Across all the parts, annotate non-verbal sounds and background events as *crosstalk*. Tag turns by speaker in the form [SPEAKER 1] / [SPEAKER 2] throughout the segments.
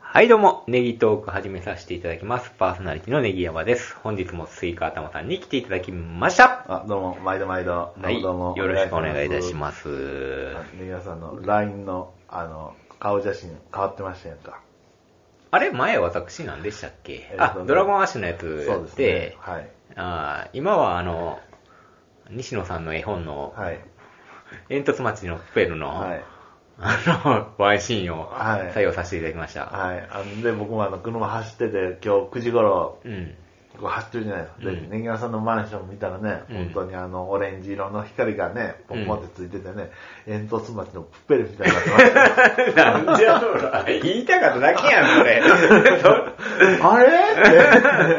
[SPEAKER 1] はい、どうも、ネギトーク始めさせていただきます。パーソナリティのネギ山です。本日もスイカ頭さんに来ていただきました。
[SPEAKER 2] あ、どうも、毎度毎度。どうも
[SPEAKER 1] はい、
[SPEAKER 2] どうも
[SPEAKER 1] よろしくお願いいたし
[SPEAKER 2] す。
[SPEAKER 1] ます。
[SPEAKER 2] 皆さんの LINE の、あの、顔写真変わってましたやんか。
[SPEAKER 1] あれ、前私何でしたっけ、
[SPEAKER 2] えー
[SPEAKER 1] あ
[SPEAKER 2] と、ね
[SPEAKER 1] ドラゴンアッシュのやつや
[SPEAKER 2] そう
[SPEAKER 1] っ
[SPEAKER 2] です
[SPEAKER 1] て
[SPEAKER 2] ね。、はい。
[SPEAKER 1] あー今はあの、西野さんの絵本の、
[SPEAKER 2] はい。
[SPEAKER 1] 煙突町のプペルの、
[SPEAKER 2] はい。
[SPEAKER 1] あの、ワイシーンを
[SPEAKER 2] はい
[SPEAKER 1] 採用させていただきました。
[SPEAKER 2] はい。あの、で、僕もあの、車走ってて、今日9時頃、
[SPEAKER 1] うん。
[SPEAKER 2] こう走ってるじゃないですか。
[SPEAKER 1] うん
[SPEAKER 2] で、ネギワさんのマンション見たらね、
[SPEAKER 1] うん
[SPEAKER 2] 本当にあの、オレンジ色の光がね、ポンポンってついててね、煙突町のプッペルみたいになってました。
[SPEAKER 1] なんじゃそら、 *laughs* 言いたかっただけやん、これ。
[SPEAKER 2] あれ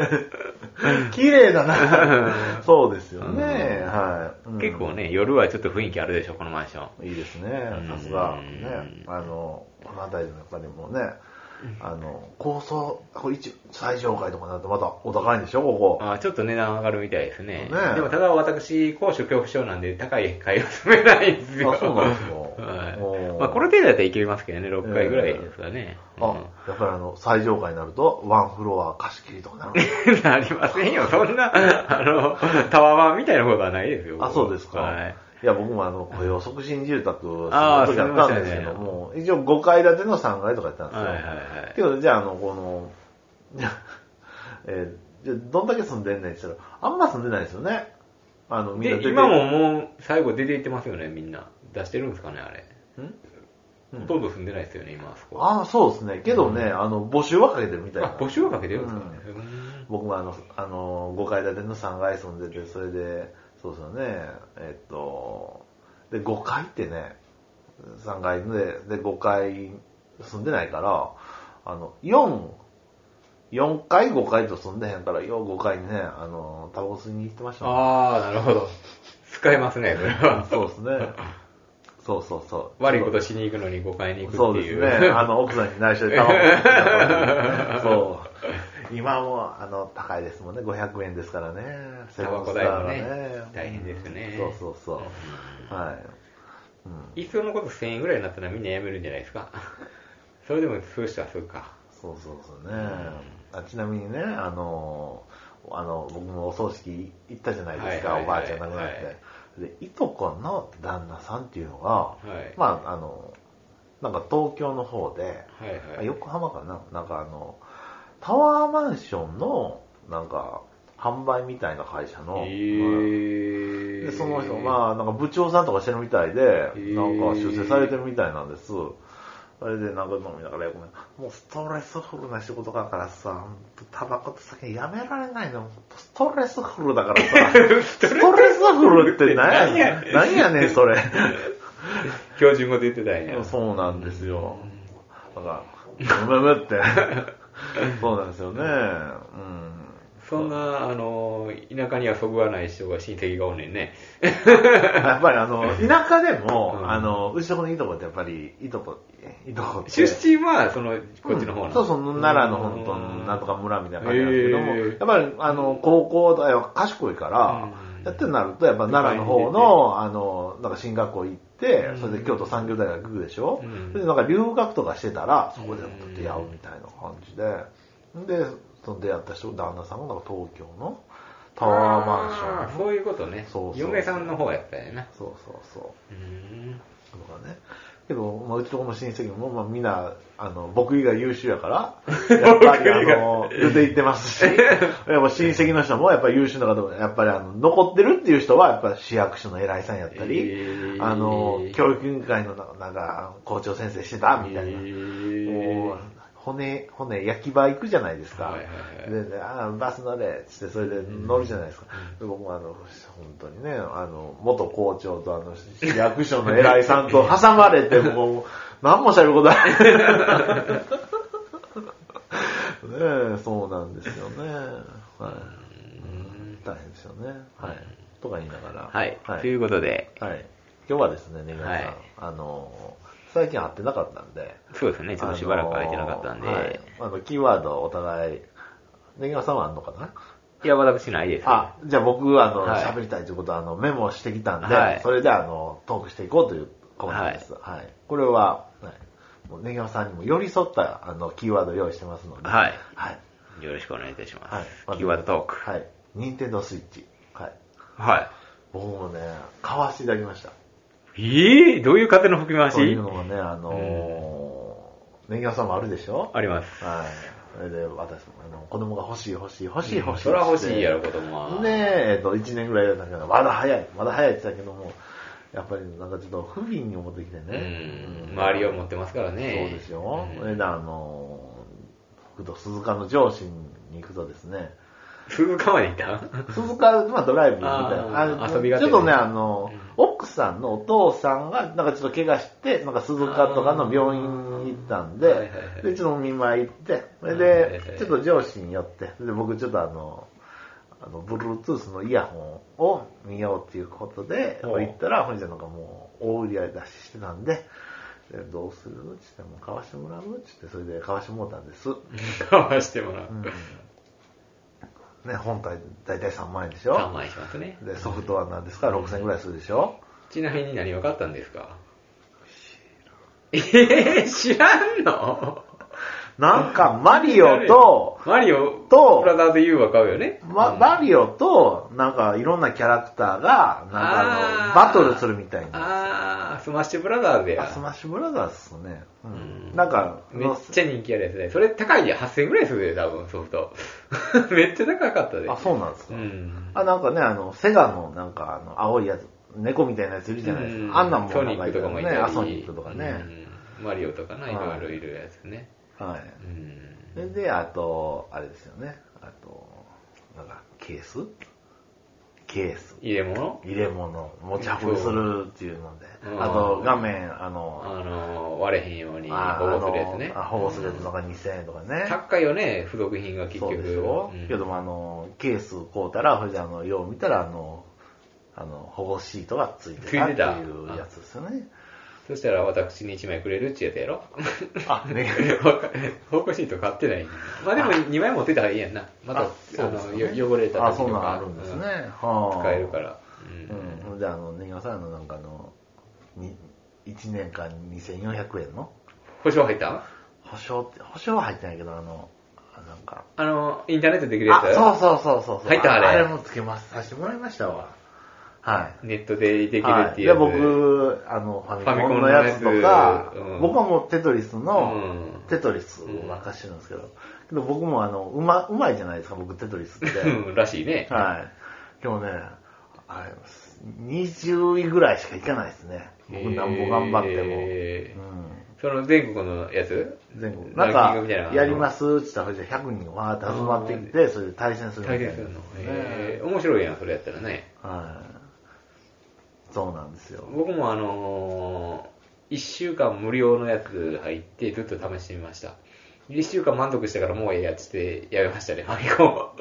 [SPEAKER 2] って綺麗だな。 *laughs* そうですよね。はい。 *laughs* うん
[SPEAKER 1] 結構ね、夜はちょっと雰囲気あるでしょ、このマンション。
[SPEAKER 2] いいですね、さすが。
[SPEAKER 1] うん
[SPEAKER 2] ね、あの、この辺りの中でもね、あの、高層、これ一、最上階とかになるとまたお高いんでしょ、ここ。
[SPEAKER 1] あーちょっと値段上がるみたいですね。
[SPEAKER 2] ね
[SPEAKER 1] でもただ私、高所恐怖症なんで高い階は住めないんですよ。
[SPEAKER 2] あそうなんですか
[SPEAKER 1] *laughs* はい
[SPEAKER 2] おー
[SPEAKER 1] まあ、この程度だったらいけますけどね、6回ぐらいですかね。
[SPEAKER 2] あ、やっぱりあの、最上階になると、ワンフロア貸し切りとかなる。
[SPEAKER 1] うん *laughs* なりませんよ、そんな、あの、タワマンみたいなことはないですよ。
[SPEAKER 2] あ、そうですか。
[SPEAKER 1] はいい。、
[SPEAKER 2] や、僕もあの、雇用促進住宅を
[SPEAKER 1] あー
[SPEAKER 2] 時あったんですけ
[SPEAKER 1] そう
[SPEAKER 2] ど
[SPEAKER 1] ですね
[SPEAKER 2] も、一応5階建ての3階とかやったんです
[SPEAKER 1] は
[SPEAKER 2] よ。
[SPEAKER 1] いはいはい。
[SPEAKER 2] けど、じゃあ、あの、この、 *laughs* えーじゃあどんだけ住んでんねんって言ったら、あんま住んでないですよね。あの、みんな出て
[SPEAKER 1] で、今ももう最後出ていってますよね、みんな。出してるんですかね、あれ。
[SPEAKER 2] んうん
[SPEAKER 1] ほとんど住んでないですよね、今、あそこ。
[SPEAKER 2] ああ、そうですね。けどね、あの、募集はかけてるみたいな
[SPEAKER 1] あ、。募集はかけてるんですかね。
[SPEAKER 2] 僕もあの、あの、5階建ての3階住んでて、それで、そうですよね、えっと、で、5階ってね、3階で、で、5階住んでないから、あの、4、4階、5階と住んでへんから、よう5階にね、あの、タバコ吸いに行ってましたね
[SPEAKER 1] あー、なるほ *laughs* ど。使えますね、それは。
[SPEAKER 2] *laughs* そうですね。そうそうそう。
[SPEAKER 1] 悪いことしに行くのに誤解に行
[SPEAKER 2] そう
[SPEAKER 1] くって
[SPEAKER 2] で
[SPEAKER 1] い
[SPEAKER 2] す
[SPEAKER 1] う。
[SPEAKER 2] ね。
[SPEAKER 1] *laughs*
[SPEAKER 2] あの、奥さんに内緒で卵を作ってたからねそう。今も、あの、高いですもんね。500円ですからね。
[SPEAKER 1] タバ
[SPEAKER 2] セブ
[SPEAKER 1] コ代も
[SPEAKER 2] ンスター
[SPEAKER 1] ね
[SPEAKER 2] は、
[SPEAKER 1] 大変ですね。
[SPEAKER 2] そうそうそう。はい。うん。
[SPEAKER 1] いっそのこと1000円ぐらいになったらみんなやめるんじゃないですか。 *laughs* それでもそうしたらそうか。
[SPEAKER 2] そうそうそうね。あちなみにね、あの、あの、僕もお葬式行ったじゃないですか、
[SPEAKER 1] はいはいはい
[SPEAKER 2] おばあちゃん亡くなって、
[SPEAKER 1] はい
[SPEAKER 2] で、いとこの旦那さんっていうのが、
[SPEAKER 1] はい
[SPEAKER 2] まあ、あの、なんか東京の方で、
[SPEAKER 1] はいはい。
[SPEAKER 2] 横浜かななんかあの、タワーマンションの、なんか、販売みたいな会社の、う
[SPEAKER 1] え
[SPEAKER 2] ん
[SPEAKER 1] ー
[SPEAKER 2] でその人、まあ、なんか部長さんとかしてるみたいで、
[SPEAKER 1] ー
[SPEAKER 2] なんか出世されてるみたいなんです。それで、なんか飲みながら、ごめんもうストレスフルな仕事だからさ、ほんとタバコと酒やめられないの。ほんとストレスフルだからさ、 *laughs*
[SPEAKER 1] *laughs*
[SPEAKER 2] ストレスフルって何やねん、何やねん、それ。
[SPEAKER 1] 標準語で言ってたんや。
[SPEAKER 2] そうなんですよ。だから、むむむ
[SPEAKER 1] *laughs*
[SPEAKER 2] って。そうなんですよね。うん。
[SPEAKER 1] そんな、あの、田舎にはそぐわない人が親戚がおんねんね。
[SPEAKER 2] やっぱり
[SPEAKER 1] *laughs*
[SPEAKER 2] あの、田舎でも、
[SPEAKER 1] うん
[SPEAKER 2] あの、うちの子のいとこってやっぱり、いとこ、いとこって。
[SPEAKER 1] 出身は、その、こっちの方
[SPEAKER 2] う
[SPEAKER 1] なんの。
[SPEAKER 2] そうそう、奈良の本当のなんとか村みたいな感じなんですけども、
[SPEAKER 1] へー
[SPEAKER 2] やっぱりあの、高校とかは賢いから、
[SPEAKER 1] うん
[SPEAKER 2] やってなると、やっぱ奈良の方の、あの、なんか進学校行って、それで京都産業大学行くでしょ、
[SPEAKER 1] うん
[SPEAKER 2] それでなんか留学とかしてたら、そこで出会うみたいな感じで、で、その出会った人、旦那さんがなんか東京のタワーマンシ
[SPEAKER 1] あー
[SPEAKER 2] ョン。
[SPEAKER 1] そういうことね。
[SPEAKER 2] そうそう
[SPEAKER 1] 嫁さんの方やったんやな。
[SPEAKER 2] そうそうそう。
[SPEAKER 1] うん。
[SPEAKER 2] とかね。けど、まあ、うちとこの親戚も、まあ、みんな、あの、僕以外優秀や
[SPEAKER 1] *laughs*
[SPEAKER 2] から、やっぱり、あの、出て行ってますし、やっぱ親戚の人も、やっぱり優秀な方も、やっぱり、あの、残ってるっていう人は、やっぱり市役所の偉いさんやったり、
[SPEAKER 1] えー
[SPEAKER 2] あの、教育委員会のな、なんか、校長先生してた、みたいな。
[SPEAKER 1] えー
[SPEAKER 2] もう骨、骨、焼き場行くじゃないですか。
[SPEAKER 1] はいはい
[SPEAKER 2] で、でああ、バス乗れっつって、それで乗るじゃないですか。で僕もあの、本当にね、あの、元校長とあの、市役所の偉いさんと挟まれて、
[SPEAKER 1] *laughs*
[SPEAKER 2] もう、何も喋ることない。 *laughs* ねえ、そうなんですよね。はい。うん大変ですよね。はい。とか言いながら。
[SPEAKER 1] はい。
[SPEAKER 2] はい
[SPEAKER 1] ということで、
[SPEAKER 2] はい。今日はですね、ねぎらさん、
[SPEAKER 1] はい
[SPEAKER 2] あの、最近会ってなかったんで、
[SPEAKER 1] そうですね、ちょっとしばらく空いてなかったんで、
[SPEAKER 2] あの,、はい、あのキーワードお互い、ネギワさんはあんのかない
[SPEAKER 1] や、私ないです。
[SPEAKER 2] あ、じゃあ僕、あの、
[SPEAKER 1] はい
[SPEAKER 2] 喋りたいということは、あの、メモしてきたんで、
[SPEAKER 1] はい
[SPEAKER 2] それで、あの、トークしていこうというコーナーです。はい。これは、はいもうネギマさんにも寄り添った、あの、キーワード用意してますので。
[SPEAKER 1] はい
[SPEAKER 2] はい。
[SPEAKER 1] よろしくお願いいたします。
[SPEAKER 2] はい。
[SPEAKER 1] キーワードトーク。
[SPEAKER 2] はい。ニンテンドースイッチ。はい。
[SPEAKER 1] は
[SPEAKER 2] 僕もね、買わしていただきました。
[SPEAKER 1] い。ええどういう風の吹き回
[SPEAKER 2] そういう
[SPEAKER 1] し
[SPEAKER 2] のもね、あのー、ネギマさんもあるでしょ
[SPEAKER 1] あります。
[SPEAKER 2] はい。それで、私も、あの、子供が欲しい欲しい欲しい欲しい。
[SPEAKER 1] それは欲しいやろ、子供は。
[SPEAKER 2] ねえ、えっと、1年ぐらいだったけど、まだ早い、まだ早いって言ったけども、やっぱりなんかちょっと不憫に思ってきてね。
[SPEAKER 1] うん。
[SPEAKER 2] うん
[SPEAKER 1] 周りを持ってますからね。
[SPEAKER 2] そうですよ。
[SPEAKER 1] ん
[SPEAKER 2] それで、あの、僕と鈴鹿の上司に行くとですね、
[SPEAKER 1] 鈴鹿まで行った
[SPEAKER 2] 鈴鹿、まあドライブみたいな。
[SPEAKER 1] あー
[SPEAKER 2] あの
[SPEAKER 1] 遊びが
[SPEAKER 2] ち
[SPEAKER 1] て
[SPEAKER 2] ょ
[SPEAKER 1] ら
[SPEAKER 2] っとね、あの、奥さんのお父さんが、なんかちょっと怪我して、なんか鈴鹿とかの病院に行ったん
[SPEAKER 1] あーはい
[SPEAKER 2] で
[SPEAKER 1] はいはい、
[SPEAKER 2] で、ちょっとお見舞い行って、それ
[SPEAKER 1] はいは
[SPEAKER 2] で
[SPEAKER 1] いは、い
[SPEAKER 2] ちょっと上司に寄って、で、僕ちょっとあの、あの、Bluetooth のイヤホンを見ようっていうことで、
[SPEAKER 1] おう
[SPEAKER 2] 行ったら、本ちゃんなんかもう、大売り上げ出ししてたんで、でどうするって言って、もう買わしてもらうって言って、それで買わしてもらったんです。
[SPEAKER 1] かわしてもらう。
[SPEAKER 2] ね、本体大体3万円でしょ
[SPEAKER 1] 3万円しますね。
[SPEAKER 2] で、ソフトは何ですか ?6000 ぐらいするでしょ
[SPEAKER 1] ちなみに何分かったんですかえー、知らんの
[SPEAKER 2] なんか、マリオと、、
[SPEAKER 1] マリオ
[SPEAKER 2] と
[SPEAKER 1] ブラザーズ U は買うよね。
[SPEAKER 2] ま、マリオと、なんか、いろんなキャラクターが、なんかあの、
[SPEAKER 1] あー
[SPEAKER 2] バトルするみたいな。
[SPEAKER 1] あー、スマッシュブラザーズ
[SPEAKER 2] あ
[SPEAKER 1] や
[SPEAKER 2] ス。マッシュブラザーズっすね。う。
[SPEAKER 1] うんん
[SPEAKER 2] なんか、
[SPEAKER 1] めっちゃ人気あるやつね。それ高いで8000円ぐらいするで、多分ソフト。 *laughs* めっちゃ高かったで。
[SPEAKER 2] あ、そうなんですか。
[SPEAKER 1] うん。
[SPEAKER 2] あ、なんかね、あの、セガの、なんか、あの、青いやつ、猫みたいなやついるじゃないですか。あんなんも
[SPEAKER 1] ソ
[SPEAKER 2] な
[SPEAKER 1] ニ
[SPEAKER 2] ん
[SPEAKER 1] ッ
[SPEAKER 2] かい
[SPEAKER 1] クとかも
[SPEAKER 2] る
[SPEAKER 1] い
[SPEAKER 2] ね。
[SPEAKER 1] たり
[SPEAKER 2] あ、ソニックとかね。
[SPEAKER 1] うんマリオとかな、い
[SPEAKER 2] はい
[SPEAKER 1] ろいろいるやつね。
[SPEAKER 2] は
[SPEAKER 1] う
[SPEAKER 2] い。
[SPEAKER 1] ん。
[SPEAKER 2] それで、あと、あれですよね。あと、なんか、ケースケース。
[SPEAKER 1] 入れ物
[SPEAKER 2] 入れ物、持ち運びするっていうので
[SPEAKER 1] う、ん
[SPEAKER 2] あと画面、あ
[SPEAKER 1] あ
[SPEAKER 2] の、
[SPEAKER 1] の、割れへんように
[SPEAKER 2] あ
[SPEAKER 1] 保護するやつね
[SPEAKER 2] あ。のあ保護するやつとか2000円とかね。
[SPEAKER 1] 高いよね、付属品が結
[SPEAKER 2] そう
[SPEAKER 1] 局。
[SPEAKER 2] でしょ
[SPEAKER 1] うん
[SPEAKER 2] けどもあの、ケース買うたら、それであの、よう見たら、あの、あの、保護シートがついてたっていうやつですよね。
[SPEAKER 1] そしたら私に1枚くれるっちゅうやつやろ
[SPEAKER 2] あ、ね。
[SPEAKER 1] *laughs* フォークシート買ってない。まあでも2枚持ってたらいいやんな。また、
[SPEAKER 2] あそう
[SPEAKER 1] あ
[SPEAKER 2] で
[SPEAKER 1] の
[SPEAKER 2] すよね
[SPEAKER 1] よ汚れた
[SPEAKER 2] あ、
[SPEAKER 1] 時
[SPEAKER 2] そ
[SPEAKER 1] と
[SPEAKER 2] んなん
[SPEAKER 1] か
[SPEAKER 2] あるんですね。
[SPEAKER 1] うん
[SPEAKER 2] はあ
[SPEAKER 1] 使えるから。うん
[SPEAKER 2] うん。それであの、ねぎわさんあの、なんかあの、に1年間2400円の
[SPEAKER 1] 保証入った
[SPEAKER 2] 保証って、保証は入ってないけど、あの、あなんか、
[SPEAKER 1] あの、インターネットできるや
[SPEAKER 2] あ
[SPEAKER 1] つや
[SPEAKER 2] そう
[SPEAKER 1] ろ
[SPEAKER 2] そうそうそうそう。
[SPEAKER 1] 入ったあれ
[SPEAKER 2] あれもつけます。させてもらいましたわ。は
[SPEAKER 1] ネットでで
[SPEAKER 2] い。
[SPEAKER 1] きる
[SPEAKER 2] は
[SPEAKER 1] っ
[SPEAKER 2] い、
[SPEAKER 1] てい
[SPEAKER 2] で
[SPEAKER 1] うやつ。
[SPEAKER 2] 僕、あの、ファミコンのやつと
[SPEAKER 1] ファミコン
[SPEAKER 2] か
[SPEAKER 1] のや、つうん
[SPEAKER 2] 僕はもうテトリスの、
[SPEAKER 1] うん
[SPEAKER 2] テトリスを任してるんですけど、けど僕もあの、うま、うまいじゃないですか、僕テトリスって。
[SPEAKER 1] うんらしいね。
[SPEAKER 2] はい。でもね、あれ、20位ぐらいしかいかないですね。僕なんぼ頑張っても。
[SPEAKER 1] えー
[SPEAKER 2] うん
[SPEAKER 1] その全国のやつ
[SPEAKER 2] 全国。
[SPEAKER 1] ラ
[SPEAKER 2] なん
[SPEAKER 1] ンキングみたいな
[SPEAKER 2] か、
[SPEAKER 1] の
[SPEAKER 2] やりますって言ったら、それじゃ100人わーって集まってきて、それで対戦するみた
[SPEAKER 1] 対
[SPEAKER 2] いな
[SPEAKER 1] 戦
[SPEAKER 2] やつ
[SPEAKER 1] するの。
[SPEAKER 2] ね
[SPEAKER 1] えー面白いやん、それやったらね。
[SPEAKER 2] はい。そうなんですよ。
[SPEAKER 1] 僕もあのー、1週間無料のやつ入ってずっと試してみました1週間満足したからもうええやっつってやめましたねファミコンを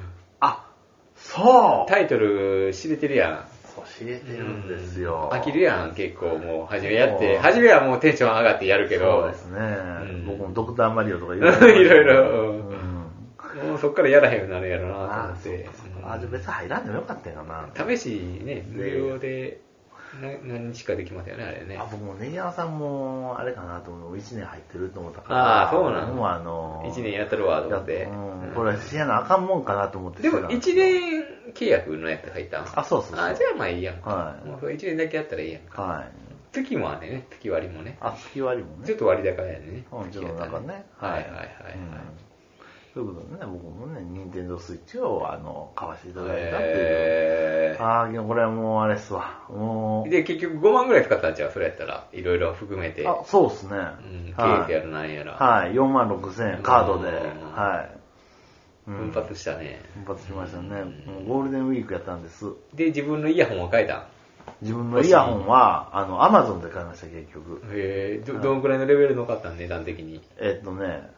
[SPEAKER 2] *laughs* あ、そう
[SPEAKER 1] タイトル知れてるや
[SPEAKER 2] 教えて
[SPEAKER 1] ん
[SPEAKER 2] るんですよ。
[SPEAKER 1] 飽きるやん結構もう初めやって
[SPEAKER 2] そう
[SPEAKER 1] 初めはもうテンション上がってやるけ
[SPEAKER 2] そう
[SPEAKER 1] ど
[SPEAKER 2] ですね。
[SPEAKER 1] ん
[SPEAKER 2] 僕もドクターマリオとかい
[SPEAKER 1] *laughs* いろいろうん
[SPEAKER 2] うん
[SPEAKER 1] もうそっからやらへんようになるやろなと
[SPEAKER 2] あ
[SPEAKER 1] 思
[SPEAKER 2] あ、
[SPEAKER 1] っ
[SPEAKER 2] そう
[SPEAKER 1] て
[SPEAKER 2] かそうか。あ、じゃあ別に入らんでもよかったんやな。
[SPEAKER 1] うん試しね無料でな何日かできますよねあれね
[SPEAKER 2] あ、僕もネギヤさんも、あれかなと思う。1年入ってると思ったから。
[SPEAKER 1] ああそうなの
[SPEAKER 2] もうあの、
[SPEAKER 1] 1年やったるわと思って
[SPEAKER 2] うん
[SPEAKER 1] うん
[SPEAKER 2] これ、しやなあかんもんかなと思って
[SPEAKER 1] で
[SPEAKER 2] してた
[SPEAKER 1] も
[SPEAKER 2] んす
[SPEAKER 1] 1
[SPEAKER 2] よ
[SPEAKER 1] 年契約のやつ入ったん
[SPEAKER 2] あ、そうそうそう。
[SPEAKER 1] あ、じゃあまあいいやんか。
[SPEAKER 2] はい
[SPEAKER 1] もう1年だけやったらいいやんか。
[SPEAKER 2] はい。
[SPEAKER 1] 月もあんねんね、月割りもね。
[SPEAKER 2] あ、月割りもね。
[SPEAKER 1] ちょっと割高やね。
[SPEAKER 2] うん、ちょっとなんかね。
[SPEAKER 1] はいはいはいはい。
[SPEAKER 2] うんということでね、僕もね、任天堂スイッチを、あの、買わせていただいたっていう。
[SPEAKER 1] えー
[SPEAKER 2] ああ、でもこれはもうあれっすわ。もう、
[SPEAKER 1] で、結局5万ぐらい使ったんちゃうそれやったら。いろいろ含めて。
[SPEAKER 2] あ、そうっすね。
[SPEAKER 1] うん、ケー
[SPEAKER 2] は
[SPEAKER 1] キ
[SPEAKER 2] い
[SPEAKER 1] やらなんやら。
[SPEAKER 2] はい、4万6千円、カードで。
[SPEAKER 1] うん
[SPEAKER 2] はい。うん
[SPEAKER 1] 奮発したね。
[SPEAKER 2] 奮発しましたね。もうゴールデンウィークやったんです。
[SPEAKER 1] で、自分のイヤホンを変えたん。
[SPEAKER 2] 自分のイヤホンは、あの、アマゾンで買いました、結局。
[SPEAKER 1] へえど、どのくらいのレベルのかったん値段的に。
[SPEAKER 2] えっとね、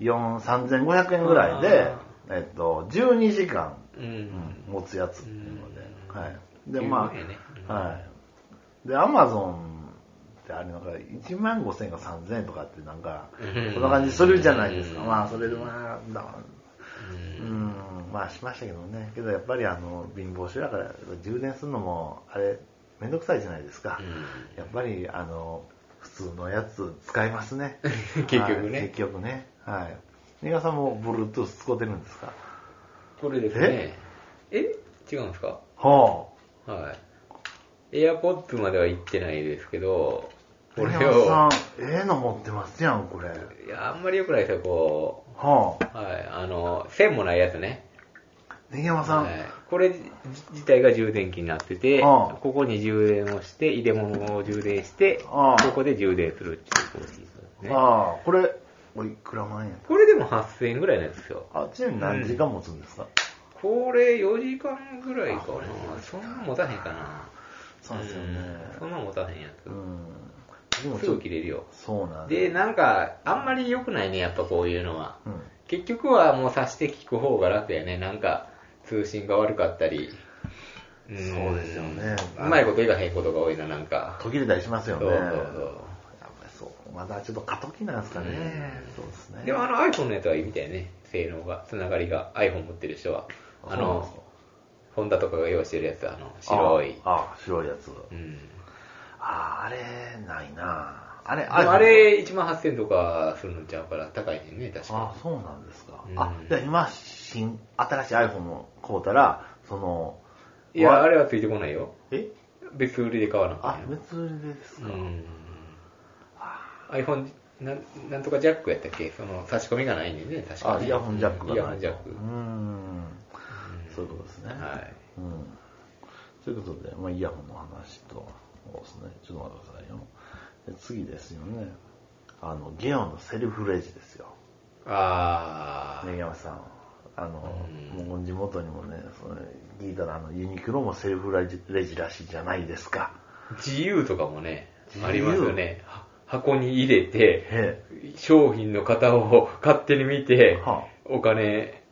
[SPEAKER 2] 4、3500円ぐらいで、えっと、12時間
[SPEAKER 1] うん。
[SPEAKER 2] 持つやつっていうので、
[SPEAKER 1] うん
[SPEAKER 2] はい。で、ま
[SPEAKER 1] 有名ね
[SPEAKER 2] あ、はい。で、アマゾンってあれなんか、1万5千円か3千円とかってなんか
[SPEAKER 1] う、ん
[SPEAKER 2] そんな感じするじゃないですか。
[SPEAKER 1] うん
[SPEAKER 2] まあ、それでまあ、だうん、まあしましたけどね。けどやっぱりあの、貧乏症だから、充電するのも、あれ、めんどくさいじゃないですか。
[SPEAKER 1] うん
[SPEAKER 2] やっぱり、あの、普通のやつ使いますね。
[SPEAKER 1] *laughs* 結局
[SPEAKER 2] は
[SPEAKER 1] ね
[SPEAKER 2] い結局ね。はい。ニガさんも Bluetooth 使ってるんですか
[SPEAKER 1] これですね。え違うんですか
[SPEAKER 2] は
[SPEAKER 1] はい。AirPods までは行ってないですけど、
[SPEAKER 2] あ。
[SPEAKER 1] これ
[SPEAKER 2] ニガさ
[SPEAKER 1] を
[SPEAKER 2] ん、、ええの持ってますやん、これ。
[SPEAKER 1] いや、あんまり良くないですよ、こ
[SPEAKER 2] はあ。
[SPEAKER 1] う。はい。あの、線もないやつね。
[SPEAKER 2] ネギヤマさん、
[SPEAKER 1] はい、これ自体が充電器になってて、
[SPEAKER 2] ああ
[SPEAKER 1] ここに充電をして、入れ物を充電して、
[SPEAKER 2] あ
[SPEAKER 1] こ
[SPEAKER 2] あ
[SPEAKER 1] こで充電するっていうコーヒーですね。
[SPEAKER 2] ああ、これ、おいくら万円
[SPEAKER 1] これでも8000円ぐらいなんですよ。
[SPEAKER 2] あ、ちなみに何時間持つんですか、
[SPEAKER 1] これ4時間ぐらいかな。そんな持たへんかな。
[SPEAKER 2] そうですよ
[SPEAKER 1] うんそん
[SPEAKER 2] ね。
[SPEAKER 1] な持たへんやつ
[SPEAKER 2] う。ん。でも
[SPEAKER 1] す
[SPEAKER 2] ちょっ
[SPEAKER 1] ぐ
[SPEAKER 2] と
[SPEAKER 1] 切、れるよ。
[SPEAKER 2] そうなん
[SPEAKER 1] で、なんか、あんまり良くないね、やっぱこういうのは。
[SPEAKER 2] うん。
[SPEAKER 1] 結局はもう挿して聞く方が楽やね。なんか、通信が悪かったり。
[SPEAKER 2] そ
[SPEAKER 1] ん
[SPEAKER 2] うですよね
[SPEAKER 1] うまいこといかへんことが多いな、なんか。
[SPEAKER 2] 途切れたりしますよね。
[SPEAKER 1] そうそうそう
[SPEAKER 2] やっぱりそう。まだちょっと過渡期なんですかね。
[SPEAKER 1] うん
[SPEAKER 2] そうですね。
[SPEAKER 1] でもあの iPhone のやつはいいみたいね、性能が、つながりが、iPhone 持ってる人は。あ
[SPEAKER 2] そうなんですか
[SPEAKER 1] の、ホンダとかが用意してるやつ、あの、白い。
[SPEAKER 2] ああ、白いやつ。
[SPEAKER 1] うん。
[SPEAKER 2] ああ、あれ、ないなあれ、
[SPEAKER 1] ああれ、1万8000とかするのちゃうから、高いねんね、確
[SPEAKER 2] あ
[SPEAKER 1] か。
[SPEAKER 2] そうなんですか。
[SPEAKER 1] うん
[SPEAKER 2] あ、じゃあ今、新、新しい iPhone を買うたら、その、
[SPEAKER 1] いや、
[SPEAKER 2] わ
[SPEAKER 1] あれはついてこないよ。
[SPEAKER 2] え
[SPEAKER 1] 別売りで買わなあ
[SPEAKER 2] あ
[SPEAKER 1] かん、よ。
[SPEAKER 2] 別売りです
[SPEAKER 1] う
[SPEAKER 2] か。
[SPEAKER 1] ん。iPhone なん、なんとかジャックやったっけその、差し込みがないねんね、確か
[SPEAKER 2] あ、
[SPEAKER 1] ね
[SPEAKER 2] イヤホンジャックが
[SPEAKER 1] イ
[SPEAKER 2] ない
[SPEAKER 1] ヤホンジャック。
[SPEAKER 2] うーん。そういうことですね。
[SPEAKER 1] はい。
[SPEAKER 2] うん。ということで、まあ、イヤホンの話と、そうですね。ちょっと待ってくださいよ。で次ですよね。あの、ゲオンのセルフレジですよ。
[SPEAKER 1] あー。
[SPEAKER 2] ね、山さん。あの
[SPEAKER 1] う、ん
[SPEAKER 2] もう地元にもね、その聞いたら、あの、ユニクロもセルフレジレジらしいじゃないですか。
[SPEAKER 1] 自由とかもね、
[SPEAKER 2] 自由
[SPEAKER 1] ありますよね。は箱に入れて、
[SPEAKER 2] え
[SPEAKER 1] 商品の型を *laughs* 勝手に見て、
[SPEAKER 2] は
[SPEAKER 1] お金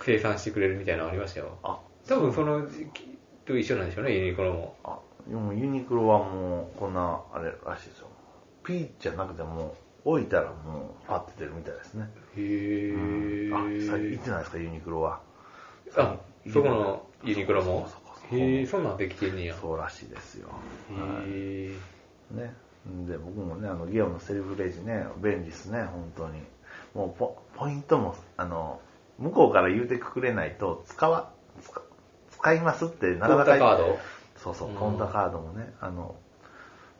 [SPEAKER 1] 生産してくれるみたいなのありましたよ。
[SPEAKER 2] あ、
[SPEAKER 1] 多分その時期と一緒なんでしょうね、ユニクロも。
[SPEAKER 2] あ、でもユニクロはもう、こんな、あれらしいですよ。ピーじゃなくても、置いたらもう、パッて出るみたいですね。
[SPEAKER 1] へー。
[SPEAKER 2] あ、さ行ってないですか、ユニクロは。
[SPEAKER 1] あ、そこのユニクロ
[SPEAKER 2] そ
[SPEAKER 1] も
[SPEAKER 2] うそうそう。そう
[SPEAKER 1] へえ、そんなんできてんねや。へ
[SPEAKER 2] そうらしいですよ。
[SPEAKER 1] え。
[SPEAKER 2] ね。で、僕もね、あの、ゲオのセルフレジね、便利ですね、本当に。もうポ、ポイントも、あの、向こうから言うてくれないと、使わ、使使いますって、
[SPEAKER 1] コ
[SPEAKER 2] なか
[SPEAKER 1] ン
[SPEAKER 2] なか。
[SPEAKER 1] タカード
[SPEAKER 2] そうそうう、
[SPEAKER 1] ん
[SPEAKER 2] コンタカードもね、あの、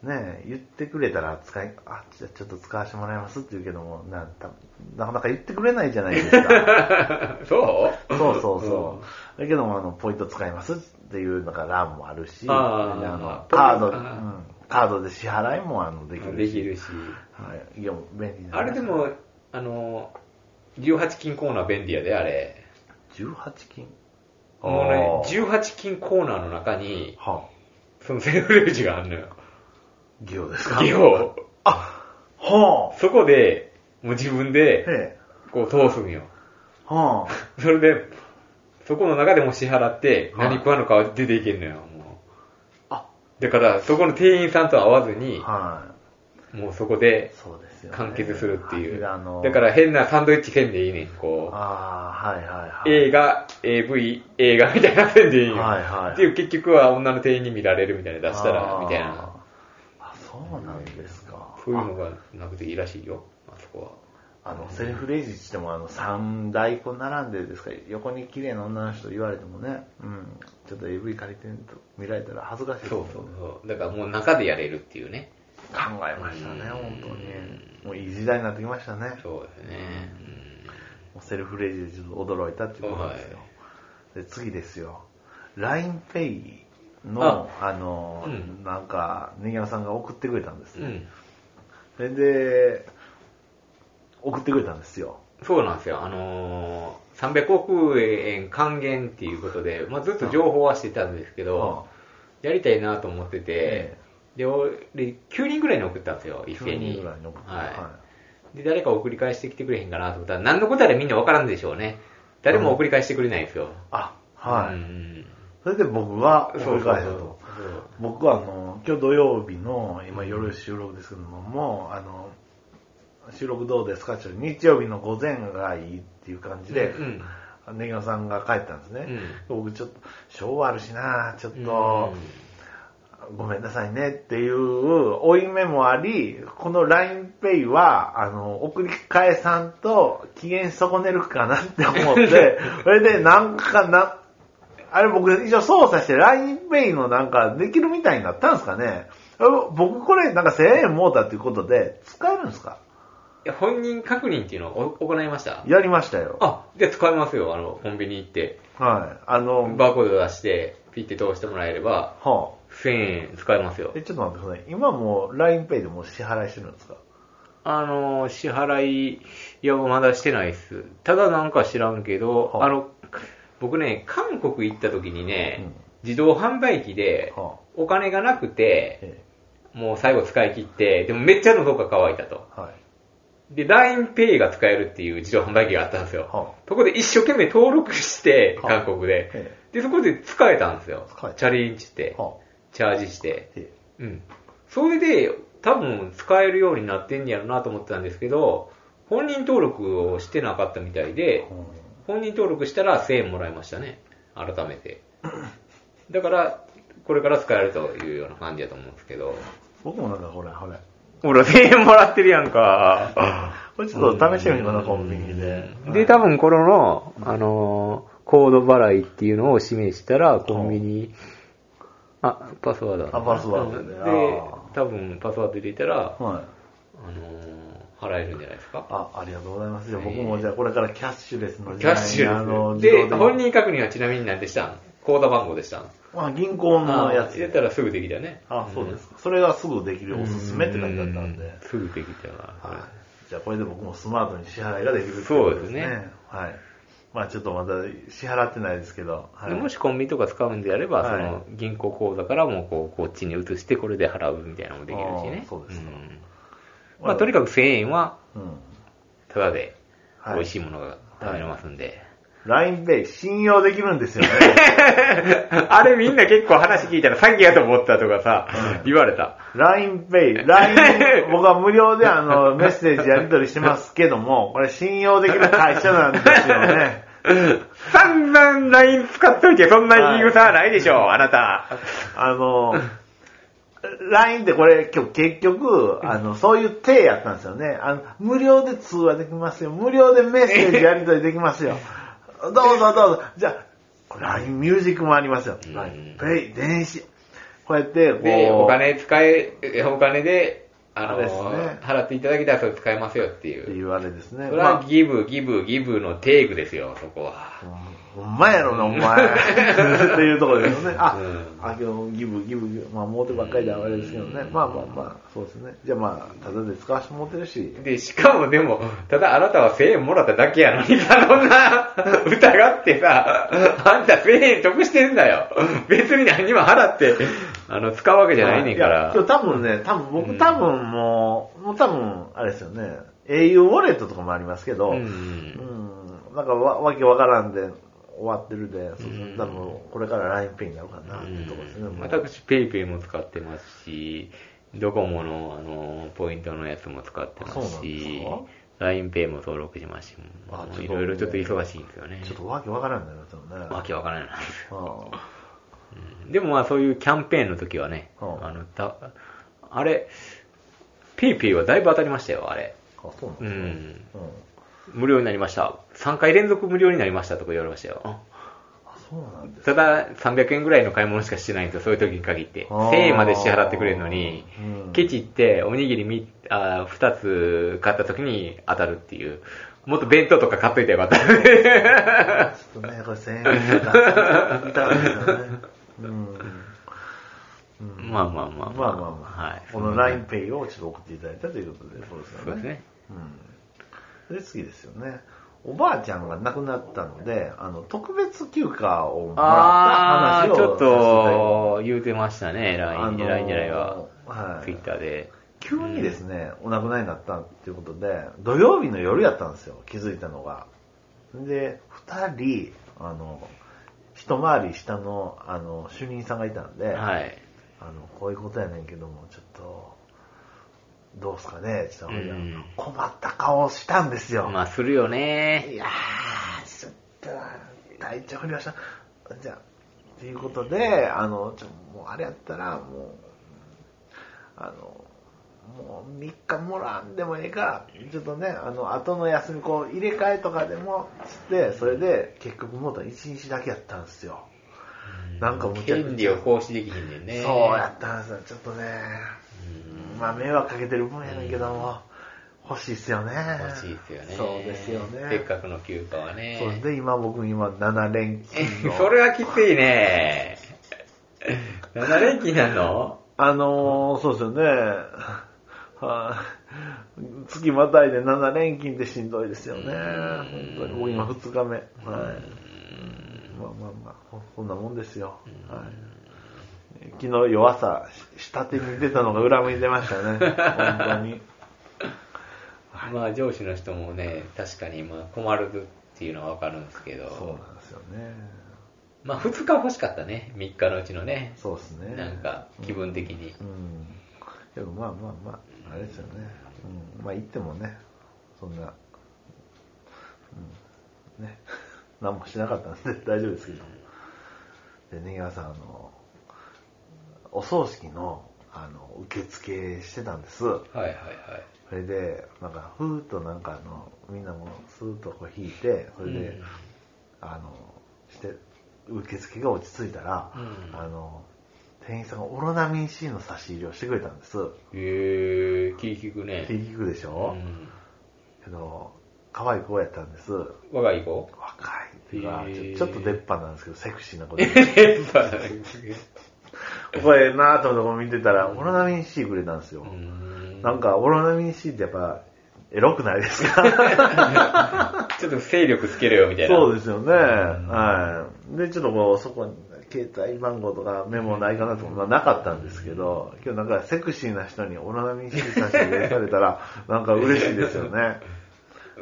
[SPEAKER 2] ねえ、言ってくれたら使い、あ、じゃあちょっと使わせてもらいますって言うけども、な、たなかなか言ってくれないじゃないです
[SPEAKER 1] *laughs*
[SPEAKER 2] か。
[SPEAKER 1] *laughs* そう
[SPEAKER 2] そうそうそう。だけども、あの、ポイント使いますっていうのが欄もあるし、
[SPEAKER 1] あー
[SPEAKER 2] であの、
[SPEAKER 1] ポイント
[SPEAKER 2] カード、う
[SPEAKER 1] あー
[SPEAKER 2] ん、カードで支払いもあのでき
[SPEAKER 1] う
[SPEAKER 2] る
[SPEAKER 1] ん *laughs* で
[SPEAKER 2] し。
[SPEAKER 1] きるし。
[SPEAKER 2] はい、いや、便利だね
[SPEAKER 1] あれで、も、あの、18金コーナー便利やで、あれ。
[SPEAKER 2] 18金
[SPEAKER 1] もうね
[SPEAKER 2] あ、ー
[SPEAKER 1] 18金コーナーの中に、
[SPEAKER 2] は
[SPEAKER 1] そのセルフレジがあるのよ。
[SPEAKER 2] あ、ギオですか
[SPEAKER 1] ギオ。
[SPEAKER 2] あ、はあ、
[SPEAKER 1] そこで、もう自分で、
[SPEAKER 2] ええ、
[SPEAKER 1] こう通すんよ。
[SPEAKER 2] はあ。
[SPEAKER 1] それで、そこの中でも支払って、
[SPEAKER 2] はい
[SPEAKER 1] 何食わぬか出ていけんのよ、も
[SPEAKER 2] あ、
[SPEAKER 1] う。だから、そこの店員さんと会わずに、
[SPEAKER 2] はい。
[SPEAKER 1] もうそこで
[SPEAKER 2] そうですよ、ね。
[SPEAKER 1] 完結するっていう。
[SPEAKER 2] あの
[SPEAKER 1] だから変なサンドイッチせんでいいねん、こう。
[SPEAKER 2] ああ、はいはいはい。
[SPEAKER 1] 映画、AV、映画みたいなせんでいいよ。
[SPEAKER 2] はいはい
[SPEAKER 1] っていう結局は女の店員に見られるみたいな出したら、
[SPEAKER 2] あー
[SPEAKER 1] みたいな。。
[SPEAKER 2] あ、そうなんですか。
[SPEAKER 1] そういうのがなくていいらしいよ、あそこは。
[SPEAKER 2] ああの、セルフレジって言っても、あの、三台こう並んでですか、横に綺麗な女の人言われてもね、うん、ちょっと AV 借りてると見られたら恥ずかしいです
[SPEAKER 1] そ
[SPEAKER 2] も
[SPEAKER 1] うん
[SPEAKER 2] ね
[SPEAKER 1] そうそう。だからもう中でやれるっていうね。
[SPEAKER 2] 考えましたね、本当に。もういい時代になってきましたね。
[SPEAKER 1] そうですね。
[SPEAKER 2] もうセルフレジでちょっと驚いたっていうことですよ。で次ですよ。LINEPay の、あの、
[SPEAKER 1] うん
[SPEAKER 2] なんか、ネギ山さんが送ってくれたんです
[SPEAKER 1] うん。う
[SPEAKER 2] よ。
[SPEAKER 1] ん。
[SPEAKER 2] それで、送ってくれたんですよ。
[SPEAKER 1] そうなんですよ。あのー、300億円還元っていうことで、まあ、ずっと情報はしてたんですけど、やりたいなと思ってて
[SPEAKER 2] え、
[SPEAKER 1] で、俺、9人ぐらいに送ったんですよ、一斉
[SPEAKER 2] 9
[SPEAKER 1] に。
[SPEAKER 2] 人ぐらいに送って、
[SPEAKER 1] はで、誰か送り返してきてくれへんかなと思ったら、何のことやらみんなわからんでしょうね。誰も送り返してくれないんですよ。
[SPEAKER 2] あ、はい。
[SPEAKER 1] うん
[SPEAKER 2] それで僕は
[SPEAKER 1] そ
[SPEAKER 2] 送
[SPEAKER 1] う
[SPEAKER 2] り
[SPEAKER 1] そう
[SPEAKER 2] 返した
[SPEAKER 1] そう
[SPEAKER 2] と。僕はあの、今日土曜日の、今夜収録ですけども、もう、あの、収録どうですかちょっと日曜日の午前がいいっていう感じで、
[SPEAKER 1] うん
[SPEAKER 2] ネギオさんが帰ったんですね。僕ちょっと、昭和あるしなちょっ
[SPEAKER 1] うん
[SPEAKER 2] と、ごめんなさいねっていう負い目もあり、この LINEPay は、あの、送り返さんと機嫌損ねるかなって思 *laughs* って、それでなんかな、あれ僕一応操作して LINEPay のなんかできるみたいになったんですかねあ僕これなんか1000円もうたっていうことで使えるんですか
[SPEAKER 1] いや本人確認っていうのをお行いました
[SPEAKER 2] やりましたよ。
[SPEAKER 1] あ、じゃあ使えますよ。あの、コンビニ行って、
[SPEAKER 2] はい。あの、
[SPEAKER 1] バーコード出して、ピッて通してもらえれば、
[SPEAKER 2] は
[SPEAKER 1] 1000円使えますよ
[SPEAKER 2] あ、。え、ちょっと待ってください。今もう LINEPay でもう支払いしてるんですか
[SPEAKER 1] あの、支払い、いや、まだしてないっす。ただなんか知らんけど、
[SPEAKER 2] はい
[SPEAKER 1] あの、僕ね、韓国行った時にね、
[SPEAKER 2] うん
[SPEAKER 1] 自動販売機で、
[SPEAKER 2] は
[SPEAKER 1] お金がなく
[SPEAKER 2] あ、
[SPEAKER 1] て、
[SPEAKER 2] え
[SPEAKER 1] もう最後使い切って、でもめっちゃ喉が乾いたと。
[SPEAKER 2] え、はい。
[SPEAKER 1] で、LINEPay が使えるっていう自動販売機があったんですよ。
[SPEAKER 2] は
[SPEAKER 1] そこで一生懸命登録して、
[SPEAKER 2] はあ
[SPEAKER 1] 韓国
[SPEAKER 2] あ、
[SPEAKER 1] で。
[SPEAKER 2] え
[SPEAKER 1] で、そこで使えたんですよ
[SPEAKER 2] 使え。た
[SPEAKER 1] チャリンチって
[SPEAKER 2] え、、はあ、
[SPEAKER 1] チャージして。
[SPEAKER 2] え
[SPEAKER 1] うん。それで、多分使えるようになってんやろなと思ってたんですけど、本人登録をしてなかったみたい
[SPEAKER 2] え、
[SPEAKER 1] で
[SPEAKER 2] う、ん
[SPEAKER 1] 本人登録したら1000円もらいましたね。改め *laughs* て。だから、これから使えるというような感じだと思うんですけど。
[SPEAKER 2] 僕もなんかこれ、これ。
[SPEAKER 1] ほら、1000円もらってるやん *laughs* か。
[SPEAKER 2] これちょっと試してみようかな、コンビニで。
[SPEAKER 1] で、多分この、あのー、コード払いっていうのを示したら、コンビニ、あ、パスワードだな
[SPEAKER 2] あパスワードね
[SPEAKER 1] で
[SPEAKER 2] あー、
[SPEAKER 1] 多分パスワード入れたら、あ
[SPEAKER 2] はい。
[SPEAKER 1] のー、払えるんじゃないですか。
[SPEAKER 2] あ、ありがとうございます。じゃあ僕
[SPEAKER 1] え
[SPEAKER 2] も
[SPEAKER 1] え
[SPEAKER 2] じゃあこれからキャッシュレスの時
[SPEAKER 1] キ
[SPEAKER 2] 代
[SPEAKER 1] ャッシ
[SPEAKER 2] にあの、
[SPEAKER 1] ュ
[SPEAKER 2] 自動
[SPEAKER 1] で。
[SPEAKER 2] で
[SPEAKER 1] で、本人確認はちなみに何でしたんコード番号でしたん
[SPEAKER 2] まあ銀行のやつ
[SPEAKER 1] 入れたらすぐできたね。
[SPEAKER 2] あ、そうですか。それがすぐできるおすすめって書いてあったんで。
[SPEAKER 1] う
[SPEAKER 2] はい
[SPEAKER 1] ん。すぐできたな。
[SPEAKER 2] じゃあこれで僕もスマートに支払いができるって
[SPEAKER 1] そ
[SPEAKER 2] こ
[SPEAKER 1] う
[SPEAKER 2] と
[SPEAKER 1] で
[SPEAKER 2] ですす
[SPEAKER 1] ね
[SPEAKER 2] ね。はい。まあちょっとまだ支払ってないですけど。はい
[SPEAKER 1] でもしコンビニとか使うんであれば、
[SPEAKER 2] はい
[SPEAKER 1] その銀行口座からもこうこっちに移して、これで払うみたいなのもできるしね
[SPEAKER 2] あ。ーそうですか
[SPEAKER 1] んまあ、とにかく1000円は、
[SPEAKER 2] うん。
[SPEAKER 1] ただで
[SPEAKER 2] はい
[SPEAKER 1] 美味しいものが食べれますんで。
[SPEAKER 2] LINEPay 信用できるんですよね。 *laughs*
[SPEAKER 1] あれみんな結構話聞いたら詐欺やと思ったとかさ、言われた。
[SPEAKER 2] LINEPay、LINE、僕は無料であ
[SPEAKER 1] *laughs*
[SPEAKER 2] の、メッセージやり取りしてますけども、これ信用できる会社なんですよね。
[SPEAKER 1] 散々 LINE 使っといてそんな言い草はないでしょ、あなた。
[SPEAKER 2] *laughs* あの、LINE ってこれ今日結局、あの、そういう体やったんですよね。あの、無料で通話できますよ。無料でメッセージやり取りできますよ。どうぞどうぞ。じゃあ、LINE ミュージックもありますよ。
[SPEAKER 1] うん
[SPEAKER 2] LINEPay、電子。こうやって、こう。
[SPEAKER 1] で、お金使え、お金で、あ
[SPEAKER 2] あ
[SPEAKER 1] の、
[SPEAKER 2] れですね
[SPEAKER 1] 払っていただけたらそれ使えますよって
[SPEAKER 2] って
[SPEAKER 1] いう。
[SPEAKER 2] 言われですね。
[SPEAKER 1] それは
[SPEAKER 2] ま
[SPEAKER 1] ギブ、ギブ、ギブのテイクですよ、そこは。
[SPEAKER 2] あほんまやろな、お
[SPEAKER 1] *laughs*
[SPEAKER 2] 前。っていうところですよね。あ、
[SPEAKER 1] うん
[SPEAKER 2] あ、今日ギブ、ギブ、ギブまあ、モテばっかりであれですけどね。まあまあまあ、そうですね。じゃあまあ、ただで使わせてもらってるし、
[SPEAKER 1] で、しかもでも、ただあなたは1000円もらっただけやのにさ、そ
[SPEAKER 2] *laughs*
[SPEAKER 1] んな、疑ってさ、あんた1000円得してるんだよ。別に何も払って、あの、使うわけじゃないねんか
[SPEAKER 2] いや
[SPEAKER 1] ら
[SPEAKER 2] 今。日多分ね、多分僕多分もう、もう多分、あれですよね、au ウォレットとかもありますけど、
[SPEAKER 1] う。
[SPEAKER 2] うんんなんかわわけわからんで終わってるで、そう
[SPEAKER 1] うん
[SPEAKER 2] 多分これから LINEPay になるかなってとこですね。もう
[SPEAKER 1] 私、ペイペイも使ってますし、ドコモの、あの、ポイントのやつも使ってま
[SPEAKER 2] そう
[SPEAKER 1] す
[SPEAKER 2] なんです
[SPEAKER 1] し
[SPEAKER 2] か、
[SPEAKER 1] LINEPay も登録しますし、
[SPEAKER 2] あ
[SPEAKER 1] も
[SPEAKER 2] ちょ
[SPEAKER 1] う
[SPEAKER 2] っと
[SPEAKER 1] いろいろちょっと忙しいんですよね
[SPEAKER 2] ちょ。っとわけわからんだよ、多分ね。
[SPEAKER 1] わけわからないな。
[SPEAKER 2] うん
[SPEAKER 1] でもまあそういうキャンペーンの時はね、
[SPEAKER 2] うん
[SPEAKER 1] あのたあれ、ピーピーはだいぶ当たりましたよ、あれ。
[SPEAKER 2] あ、そうなん
[SPEAKER 1] う
[SPEAKER 2] ですか。
[SPEAKER 1] ん。
[SPEAKER 2] うん
[SPEAKER 1] 無料になりました。3回連続無料になりましたとか言われましたよ。
[SPEAKER 2] あ、そうなんです
[SPEAKER 1] ただ、300円ぐらいの買い物しかしてないんですよ、そういう時に限って。
[SPEAKER 2] あー
[SPEAKER 1] 1000円まで支払ってくれるのに、
[SPEAKER 2] うん
[SPEAKER 1] ケチっておにぎりみあ2つ買った時に当たるっていう。もっと弁当とか買っといた
[SPEAKER 2] *laughs*
[SPEAKER 1] らよかった。
[SPEAKER 2] か。ちょっとね、これ1000円だったら痛かったですよね。うんうん
[SPEAKER 1] まあまあま
[SPEAKER 2] ま
[SPEAKER 1] あ
[SPEAKER 2] あまあまあ、
[SPEAKER 1] はい。
[SPEAKER 2] この LINEPay をちょっと送っていただいたということで、そうですよね。
[SPEAKER 1] そうですね。
[SPEAKER 2] うん。で、次ですよね。おばあちゃんが亡くなったので、あの、特別休暇をもら
[SPEAKER 1] あ
[SPEAKER 2] った話
[SPEAKER 1] ー
[SPEAKER 2] を
[SPEAKER 1] ちょっ
[SPEAKER 2] さ
[SPEAKER 1] と言うてましたね、
[SPEAKER 2] あ
[SPEAKER 1] LINE
[SPEAKER 2] の
[SPEAKER 1] で、
[SPEAKER 2] ー
[SPEAKER 1] LINE じゃないわ、
[SPEAKER 2] はい
[SPEAKER 1] Twitter で。
[SPEAKER 2] せていただき急にですね、お亡くなりになったっていうことで、土曜日の夜やったんですよ、気づいたのが。で、二人、あの、一回り下の、あの、主任さんがいたんで、
[SPEAKER 1] はい。
[SPEAKER 2] あの、こういうことやねんけども、ちょっと、どうすかね、ちょっと、
[SPEAKER 1] うん
[SPEAKER 2] 困った顔をしたんですよ。
[SPEAKER 1] まあ、するよね。
[SPEAKER 2] いやー、ちょっと、体調不良した。じゃあ、っていうことで、あの、ちょもうあれやったら、もう、あの、もう3日もらんでもええから、ちょっとね、あの、後の休み、こう、入れ替えとかでも、つって、それで、結局、もうと1日だけやったんですよ。なんかむちゃくちゃ
[SPEAKER 1] 権利を行使できひんねんね。
[SPEAKER 2] そうやったんですよ、ちょっとね、
[SPEAKER 1] うん
[SPEAKER 2] まあ、迷惑かけてる分やねんけども、欲しいっすよね。
[SPEAKER 1] 欲しいですよね。
[SPEAKER 2] そうですよね。
[SPEAKER 1] せっかくの休暇はね。
[SPEAKER 2] そうで、今僕今7連勤の。
[SPEAKER 1] *laughs* それはきついね。7連勤なの
[SPEAKER 2] あのー、そうですよね。はい、月またいで7連勤でしんどいですよね。本当に僕今2日目。はい。まあまあまあ、ほそんなもんですよ。はい、昨日夜朝、し下手に出たのが裏目に出ました
[SPEAKER 1] *laughs*
[SPEAKER 2] ね。本当に。
[SPEAKER 1] まあ上司の人もね、確かにまあ困るっていうのはわかるんですけ
[SPEAKER 2] そ
[SPEAKER 1] ど、
[SPEAKER 2] うなんですよね。
[SPEAKER 1] まあ2日欲しかったね、3日のうちのね。
[SPEAKER 2] そうですね。
[SPEAKER 1] なんか気分的に。
[SPEAKER 2] うん。けどまあまあまあ、あれですよね。うん。まあ行ってもね、そんな、うん。ね。 *laughs* 何もしなかったんで大丈夫ですけど。で、ねぎわさん、あの、お葬式の、あの、受付してたんです。
[SPEAKER 1] はいはい
[SPEAKER 2] それで、なんか、ふーっとなんかあの、みんなもスーッとこう引いて、それで、
[SPEAKER 1] うん
[SPEAKER 2] あの、して、受付が落ち着いたら、
[SPEAKER 1] うん
[SPEAKER 2] あの、店員さんがオロナミン C の差し入れをしてくれたんです。
[SPEAKER 1] はい。へえー、気利く
[SPEAKER 2] って
[SPEAKER 1] ね。
[SPEAKER 2] 聞くでし
[SPEAKER 1] う
[SPEAKER 2] ょ、
[SPEAKER 1] ん
[SPEAKER 2] けど、可愛い子やったんです。若
[SPEAKER 1] 我が
[SPEAKER 2] *laughs*
[SPEAKER 1] いこ
[SPEAKER 2] いっていうか
[SPEAKER 1] へ、ー
[SPEAKER 2] ちょちょっと出っ歯なんですけど、セクシーな子で。
[SPEAKER 1] うやっぱ
[SPEAKER 2] これなぁと思ってこう見てたら、オロナミン C くれたんですよ。
[SPEAKER 1] うん
[SPEAKER 2] なんか、オロナミン C ってやっぱ、エロくないですか
[SPEAKER 1] ちょっと勢力つけろよみたいな。
[SPEAKER 2] *laughs* そうですよね。はい。で、ちょっとこう、そこに、携帯番号とかメモないかなと思って、まあなかったんですけど、今日なんかセクシーな人にオロナミン C 差し入れされたら、なんか嬉しいですよね。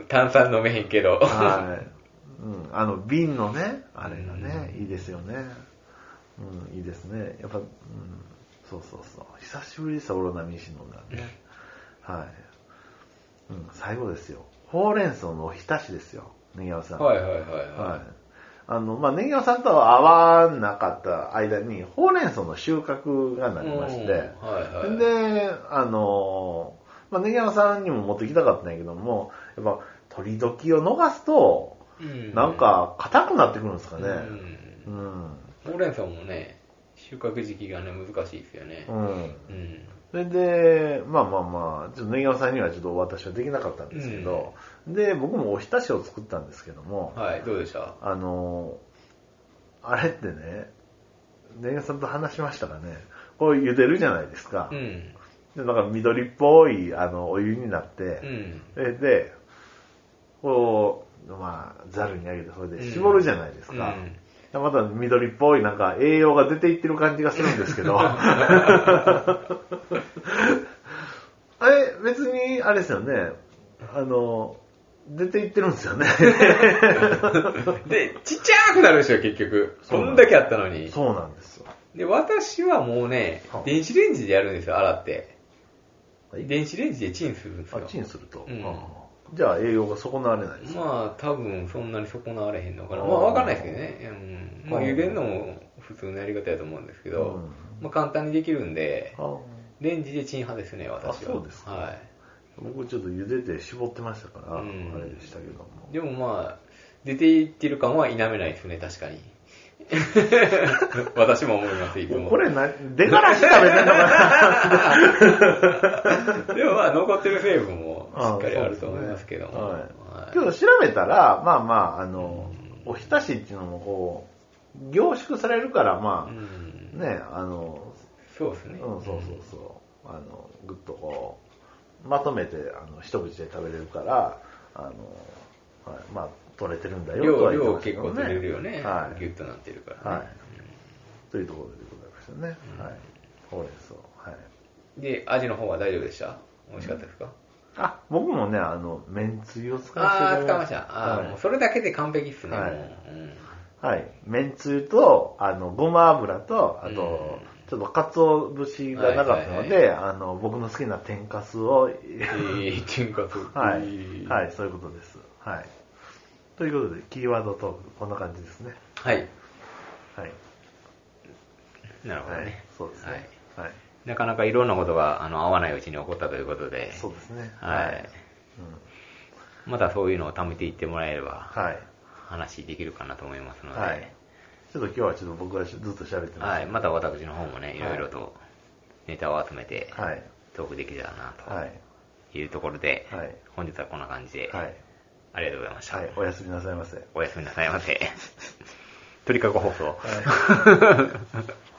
[SPEAKER 1] 炭酸飲めへんけど。
[SPEAKER 2] はい。うん、あの、瓶のね、あれがね、いいですよね。うん、いいですね。やっぱ、うん、そうそうそう。久しぶりですよ、オロナミン C 飲んだのね。はい。うん、最後ですよ。ほうれん草のおひたしですよ、ネギワさん。
[SPEAKER 1] はいはいはい
[SPEAKER 2] は。
[SPEAKER 1] はい
[SPEAKER 2] あの、まあ、ネギワさんとは合わなかった間に、ほうれん草の収穫が
[SPEAKER 1] い。
[SPEAKER 2] なりまして、
[SPEAKER 1] うんはいはい。
[SPEAKER 2] で、あのー、まあ、ネギ山さんにも持ってきたかったんやけども、やっぱ、取り時を逃すと、
[SPEAKER 1] うん
[SPEAKER 2] なん、か、硬くなってくるんですか
[SPEAKER 1] う
[SPEAKER 2] ね。
[SPEAKER 1] ん
[SPEAKER 2] うん。
[SPEAKER 1] ほうれん草もね、収穫時期がね、難しいですよね
[SPEAKER 2] う。ん。
[SPEAKER 1] うん。
[SPEAKER 2] それで、まあまあまあ、ちょっとネギ山さんにはちょっとお渡しはできなかったんですけど、で、僕もおひたしを作ったんですけども、
[SPEAKER 1] はい、どうでした
[SPEAKER 2] あのー、あれってね、ネギ山さんと話しましたがね、これ茹でるじゃないですか。
[SPEAKER 1] うん。
[SPEAKER 2] でなんか緑っぽいあのお湯になって、
[SPEAKER 1] うん。
[SPEAKER 2] それで、こう、まあ、ざるにあげて、それ
[SPEAKER 1] うん
[SPEAKER 2] で絞るじゃないですか。でまた緑っぽい、なんか栄養が出ていってる感じがするんですけ
[SPEAKER 1] *laughs*
[SPEAKER 2] ど。あれ、別に、あれですよね。あの、出ていってるんです
[SPEAKER 1] *laughs*
[SPEAKER 2] よね。
[SPEAKER 1] うんで、ちっちゃくなるでしょ、結局。
[SPEAKER 2] そ
[SPEAKER 1] こ
[SPEAKER 2] うなんん
[SPEAKER 1] だけあったのに。
[SPEAKER 2] そうなんですよ。
[SPEAKER 1] で、私はもうね
[SPEAKER 2] は、い
[SPEAKER 1] 電子レンジでやるんですよ、洗って。
[SPEAKER 2] はい
[SPEAKER 1] 電子レンジでチンするんです
[SPEAKER 2] あ
[SPEAKER 1] よ
[SPEAKER 2] っ。ちにすると。
[SPEAKER 1] うん
[SPEAKER 2] ああじゃあ栄養が損なわれないですよ。
[SPEAKER 1] まあ、多分そんなに損なわれへんのかな。
[SPEAKER 2] あー
[SPEAKER 1] まあ、わかんないですけどね。うん。まあ、
[SPEAKER 2] うん
[SPEAKER 1] 茹でるのも普通のやり方やと思うんですけど、
[SPEAKER 2] うん
[SPEAKER 1] まあ、簡単にできるんで、
[SPEAKER 2] あ
[SPEAKER 1] レンジでチン派ですね、私は。
[SPEAKER 2] あそうですか
[SPEAKER 1] は
[SPEAKER 2] 僕ちょっと茹でて絞ってましたから、
[SPEAKER 1] うん
[SPEAKER 2] あれでしたけども。
[SPEAKER 1] い。でもまあ、出ていってる感は否めないですね、確か
[SPEAKER 2] *laughs*
[SPEAKER 1] に。私も思います、いつも。
[SPEAKER 2] これな、出がらし食べてんのかな
[SPEAKER 1] *laughs* でもまあ、残ってる成分もしっかりあると思いますけども。
[SPEAKER 2] あ
[SPEAKER 1] はい
[SPEAKER 2] けど調べたら、まあまあ、あの、おひたしっていうのもこう、凝縮されるから、
[SPEAKER 1] う
[SPEAKER 2] ま
[SPEAKER 1] ん
[SPEAKER 2] あ、ね、あの、
[SPEAKER 1] そうです
[SPEAKER 2] う
[SPEAKER 1] ね。
[SPEAKER 2] ん、そうそうそう、あの、ぐっとこう、まとめて、あの、一口で食べれるから、あの、はい、まあ、取れてるんだよ、と
[SPEAKER 1] 量
[SPEAKER 2] は言って
[SPEAKER 1] 量
[SPEAKER 2] ましたけど
[SPEAKER 1] 結構取れるよね、
[SPEAKER 2] はい
[SPEAKER 1] ギュッとなってるから、ね
[SPEAKER 2] はい。というところでございましたね。はい。ほうれん草。はい。
[SPEAKER 1] で味の方は大丈夫でした美味しかったですか、
[SPEAKER 2] あ、僕もね、あの、麺つゆを使わせてい
[SPEAKER 1] ああ
[SPEAKER 2] ただき
[SPEAKER 1] ー
[SPEAKER 2] ま
[SPEAKER 1] 使いまし
[SPEAKER 2] したた。
[SPEAKER 1] あー、
[SPEAKER 2] はい
[SPEAKER 1] もうそれだけで完璧っすね、
[SPEAKER 2] はい
[SPEAKER 1] もううん
[SPEAKER 2] はい。めんつゆと、あの、ごま油と、あと、ちょっと鰹節がなかったので、
[SPEAKER 1] はい
[SPEAKER 2] あの、僕の好きな天かすを、
[SPEAKER 1] えー、天かす
[SPEAKER 2] は
[SPEAKER 1] え
[SPEAKER 2] い。
[SPEAKER 1] ー
[SPEAKER 2] はい、そういうことです。はい。ということで、キーワードトーク、こんな感じですね。
[SPEAKER 1] はい
[SPEAKER 2] はい。
[SPEAKER 1] なるほどね。
[SPEAKER 2] はいそうですね。はい。
[SPEAKER 1] なかなかいろんなことがあの合わないうちに起こったということで、
[SPEAKER 2] そうですね。
[SPEAKER 1] はい
[SPEAKER 2] うん
[SPEAKER 1] またそういうのを貯めていってもらえれば、
[SPEAKER 2] はい。
[SPEAKER 1] 話できるかなと思いますので、は
[SPEAKER 2] はいい。ちょっと今日はちょっと僕がずっと喋ってます。
[SPEAKER 1] また私の方もね、いろいろとネタを集めて、
[SPEAKER 2] はい。
[SPEAKER 1] トークできたら
[SPEAKER 2] は。
[SPEAKER 1] ないというところで、
[SPEAKER 2] はい
[SPEAKER 1] 本日はこんな感じで、
[SPEAKER 2] はい。
[SPEAKER 1] ありがとうございました。
[SPEAKER 2] はい。おやすみなさいませ。
[SPEAKER 1] *laughs* おやすみなさいませ。鳥かご放送。
[SPEAKER 2] はい